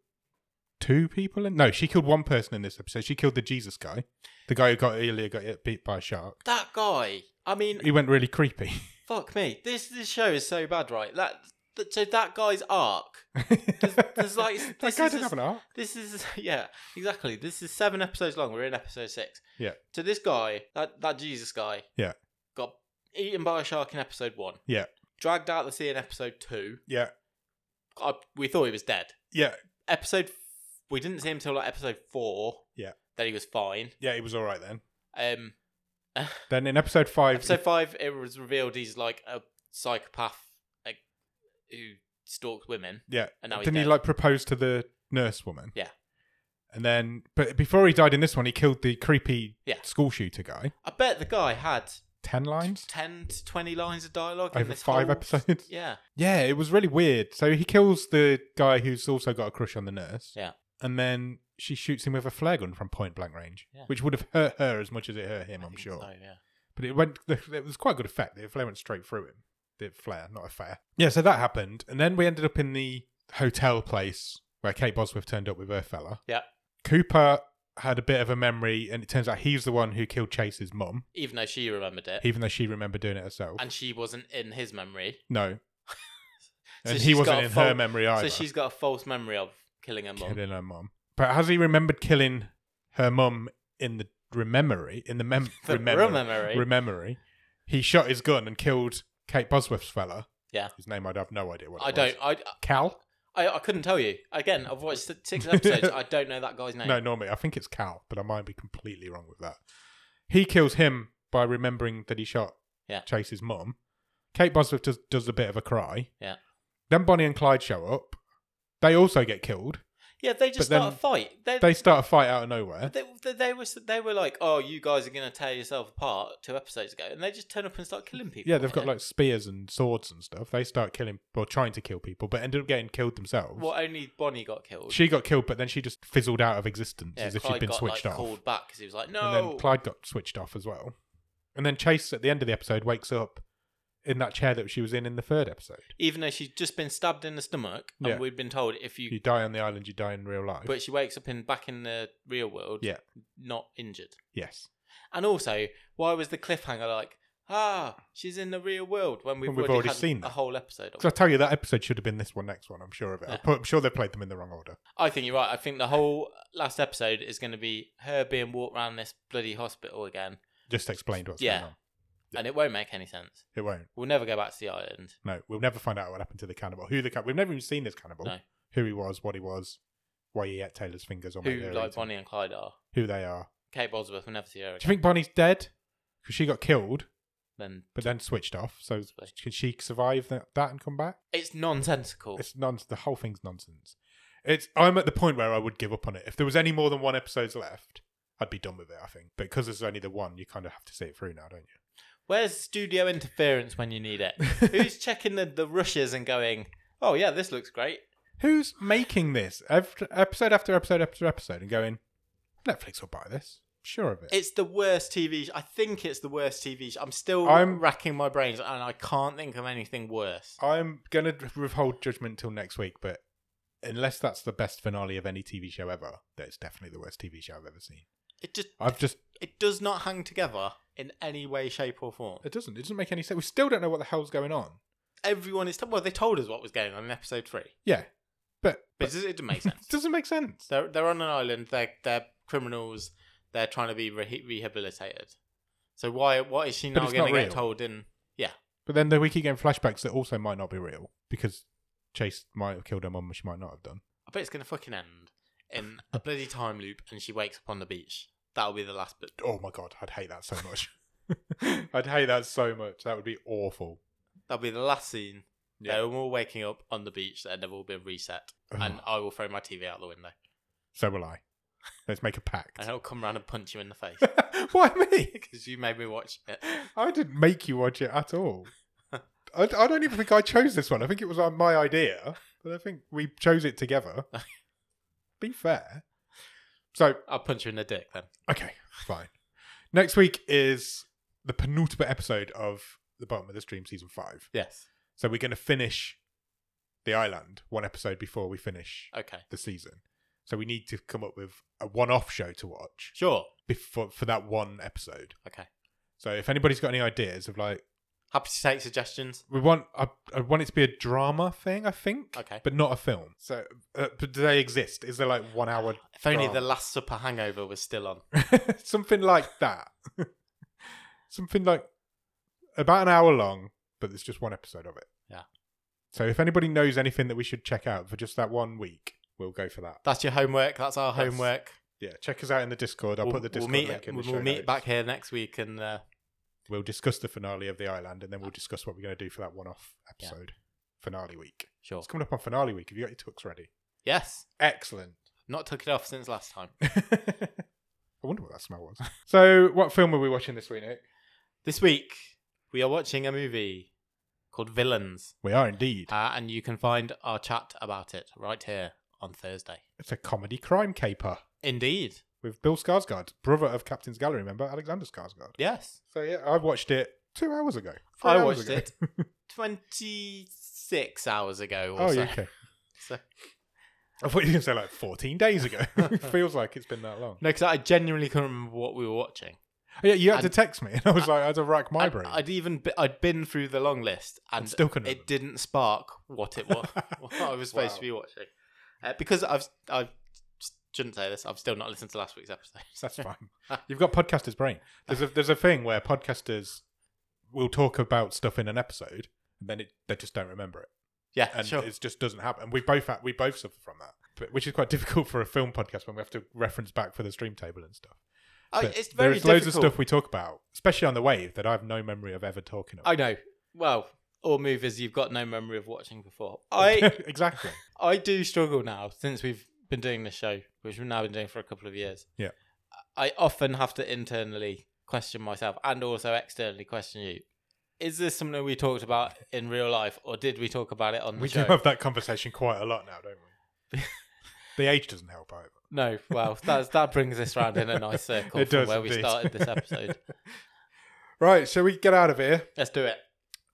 A: two people in no, she killed one person in this episode. She killed the Jesus guy. The guy who got earlier got hit- beat by a shark.
B: That guy. I mean,
A: He went really creepy.
B: fuck me. This this show is so bad, right? That, that so that guy's arc. there's like-
A: that
B: this
A: guy
B: is
A: didn't
B: just-
A: have an arc.
B: This is yeah, exactly. This is seven episodes long. We're in episode six.
A: Yeah.
B: So this guy, that that Jesus guy,
A: Yeah.
B: got eaten by a shark in episode one.
A: Yeah.
B: Dragged out the sea in episode two.
A: Yeah.
B: I, we thought he was dead.
A: Yeah.
B: Episode, f- we didn't see him until like episode four.
A: Yeah.
B: That he was fine.
A: Yeah, he was all right then.
B: Um.
A: Then in episode five,
B: Episode five, it was revealed he's like a psychopath like, who stalks women.
A: yeah,
B: And now he's
A: didn't he
B: dead.
A: like propose to the nurse woman?
B: Yeah.
A: And then, but before he died in this one, he killed the creepy
B: Yeah.
A: school shooter guy.
B: I bet the guy had
A: Ten lines
B: 10 to 20 lines of dialogue in
A: over
B: this
A: five
B: whole-
A: episodes.
B: Yeah.
A: Yeah, it was really weird. So he kills the guy who's also got a crush on the nurse.
B: Yeah.
A: And then she shoots him with a flare gun from point blank range,
B: Yeah.
A: which would have hurt her as much as it hurt him,
B: I
A: I'm
B: think
A: sure.
B: so, yeah.
A: But it went. It was quite good effect. The flare went straight through him. The flare, not a flare. Yeah. So that happened, and then we ended up in the hotel place where Kate Bosworth turned up with her fella.
B: Yeah.
A: Cooper had a bit of a memory, and it turns out he's the one who killed Chase's mum,
B: Even though she remembered it.
A: even though she remembered doing it herself.
B: and she wasn't in his memory.
A: no.
B: So
A: and
B: she's
A: he
B: got
A: wasn't
B: a
A: in
B: fault-
A: her memory either.
B: So she's got a false memory of killing her mum.
A: killing her mum. But has he remembered killing her mum in the rememory? In the mem
B: The
A: rememory?
B: rememory.
A: rememory. He shot his gun and killed Kate Bosworth's fella.
B: Yeah.
A: His name I'd have no idea what it
B: I
A: was.
B: don't. I,
A: Cal?
B: I I couldn't tell you. Again, I've watched six episodes. I don't know that guy's name.
A: No, normally I think it's Cal, but I might be completely wrong with that. He kills him by remembering that he shot
B: Yeah.
A: Chase's mum. Kate Bosworth does, does a bit of a cry.
B: Yeah.
A: Then Bonnie and Clyde show up. They also get killed.
B: Yeah, they just
A: But then
B: start a fight. They
A: They start a fight out of nowhere.
B: they, they, they were they were like, "Oh, you guys are gonna tear yourself apart." Two episodes ago, and they just turn up and start killing people.
A: Yeah, they've got
B: right?
A: like spears and swords and stuff. They start killing or trying to kill people, but ended up getting killed themselves.
B: Well, only Bonnie got killed.
A: She got killed, but then she just fizzled out of existence
B: yeah,
A: as if
B: Clyde
A: she'd been
B: got
A: switched
B: like,
A: off.
B: called back because he was like, "No."
A: And then Clyde got switched off as well. And then Chase, at the end of the episode, wakes up in that chair that she was in in the third episode.
B: even though she's just been stabbed in the stomach, and
A: Yeah.
B: we've been told if you,
A: You die on the island, you die in real life.
B: but she wakes up in back in the real world,
A: Yeah.
B: not injured.
A: yes.
B: And also, why was the cliffhanger like, ah, she's in the real world when we've,
A: When we've
B: already,
A: already
B: had
A: seen
B: a
A: that.
B: whole episode of
A: So I
B: it?
A: tell you, that episode should have been this one, next one. I'm sure of it.
B: Yeah.
A: I'm sure they played them in the wrong order.
B: I think you're right. I think the whole last episode is going to be her being walked around this bloody hospital again,
A: Just explained what's
B: Yeah.
A: going on. Yeah.
B: and it won't make any sense.
A: It won't.
B: We'll never go back to the island.
A: No, we'll never find out what happened to the cannibal. Who the can- We've never even seen this cannibal.
B: No.
A: Who he was, what he was, why he ate Taylor's fingers on
B: Who like
A: Bonnie?
B: Bonnie and Clyde are?
A: Who they are.
B: Kate Bosworth will never see her
A: Do you
B: again.
A: think Bonnie's dead? Because she got killed,
B: Then
A: but then switched off. So
B: Possibly.
A: could she survive that, that and come back?
B: it's nonsensical.
A: It's non. The whole thing's nonsense. It's. I'm at the point where I would give up on it. If there was any more than one episodes left, I'd be done with it. I think, but because there's only the one, you kind of have to see it through now, don't you?
B: Where's studio interference when you need it? Who's checking the, the rushes and going, oh, yeah, this looks great.
A: Who's making this Ev- episode after episode after episode and going, Netflix will buy this? Sure of it.
B: It's the worst TV. sh- I think it's the worst TV. Sh- I'm still
A: I'm-
B: racking my brains, and I can't think of anything worse.
A: I'm going to withhold judgment till next week, but unless that's the best finale of any TV show ever, that is definitely the worst TV show I've ever seen.
B: It just
A: I've just,
B: it does not hang together in any way, shape, or form.
A: it doesn't. It doesn't make any sense. We still don't know what the hell's going on.
B: Everyone is well. They told us what was going on in episode three,
A: Yeah. But,
B: but
A: but
B: it doesn't, it doesn't make
A: it
B: sense.
A: doesn't make sense.
B: they're they're on an island. They're they're criminals. They're trying to be re- rehabilitated. So why what is she
A: But
B: now
A: it's
B: going to
A: not
B: get
A: real.
B: told in? Yeah,
A: But then the wiki game flashbacks that also might not be real because Chase might have killed her mum, which she might not have done.
B: I bet it's going to fucking end in a bloody time loop, and she wakes up on the beach. That'll be the last bit.
A: Oh my god, I'd hate that so much. I'd hate that so much. That would be awful.
B: That'll be the last scene.
A: Yeah.
B: They're all waking up on the beach. They've never all been reset, and I will throw my TV out the window,
A: So will I. Let's make a pact.
B: and I'll come round and punch you in the face
A: Why me?
B: because you made me watch it.
A: I didn't make you watch it at all. I, I don't even think I chose this one. I think it was uh, my idea, but I think we chose it together. be fair. So,
B: I'll punch you in the dick then.
A: okay, fine. Next week is the penultimate episode of The Bottom of the Stream Season 5.
B: Yes.
A: So we're going to finish The Island one episode before we finish
B: Okay.
A: the season. So we need to come up with a one-off show to watch
B: Sure.
A: before for that one episode.
B: Okay.
A: So if anybody's got any ideas of like
B: Happy to take suggestions.
A: we want I, I want it to be a drama thing, I think,
B: Okay.
A: but not a film. So uh, but do they exist? Is there like one hour
B: If only
A: Drama.
B: the Last Supper hangover was still on.
A: something like that? something like about an hour long, but there's just one episode of it.
B: Yeah.
A: So if anybody knows anything that we should check out for just that one week, we'll go for that.
B: That's your homework. That's our
A: That's-
B: homework.
A: Yeah, check us out in the Discord. I'll put the Discord
B: we'll meet,
A: link in the
B: we'll
A: show
B: meet
A: notes.
B: back here next week and uh,
A: We'll discuss the finale of the island, and then we'll discuss what we're going to do for that one-off episode, finale week.
B: sure.
A: It's coming up on finale week. Have you got your tux ready?
B: Yes.
A: Excellent.
B: Not took it off since last time.
A: I wonder what that smell was. So, what film are we watching this week, Nick?
B: this week we are watching a movie called Villains,
A: We are indeed.
B: uh, and you can find our chat about it right here on Thursday.
A: It's a comedy crime caper
B: Indeed.
A: with Bill Skarsgård, brother of Captain's Gallery member Alexander Skarsgård.
B: Yes.
A: So yeah, I watched it two hours ago. Three
B: I
A: hours
B: watched
A: ago.
B: it 26 hours ago or
A: Oh,
B: so.
A: yeah, okay.
B: So-
A: I thought you were going to say like 14 days ago. it feels like it's been that long.
B: No, because I genuinely couldn't remember what we were watching.
A: Yeah, you had
B: And-
A: to text me, and I was like, I had to rack my
B: I'd,
A: brain.
B: I'd even be, I'd been through the long list and
A: still couldn't
B: it
A: remember.
B: didn't spark what it was what I was supposed
A: Wow.
B: to be watching uh, because I've I shouldn't say this I've still not listened to last week's episode.
A: That's fine. You've got podcasters' brain. There's a there's a thing where podcasters will talk about stuff in an episode, and then it, they just don't remember it,
B: Yeah,
A: and
B: sure.
A: it just doesn't happen. And we both ha- we both suffer from that, but, which is quite difficult for a film podcast when we have to reference back for the stream table and stuff.
B: I,
A: But
B: it's very
A: there is loads of
B: difficult.
A: stuff we talk about, especially on the wave, that I have no memory of ever talking about.
B: I know. Well, all movies you've got no memory of watching before.
A: Oh,
B: I
A: exactly.
B: I do struggle now since we've been doing this show, which we've now been doing for a couple of years.
A: Yeah.
B: I often have to internally question myself and also externally question you. Is this something we talked about in real life or did we talk about it on the
A: We do
B: show?
A: have that conversation quite a lot now, don't we? the age doesn't help either.
B: No, well, that's, that brings us round in a nice circle
A: It
B: from
A: does
B: where we
A: indeed.
B: started this episode.
A: Right, shall we get out of here?
B: Let's do it.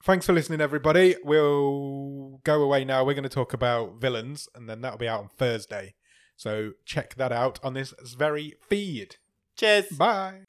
A: thanks for listening, everybody. We'll go away now. We're going to talk about villains, and then that'll be out on Thursday. So check that out on this very feed.
B: Cheers.
A: Bye.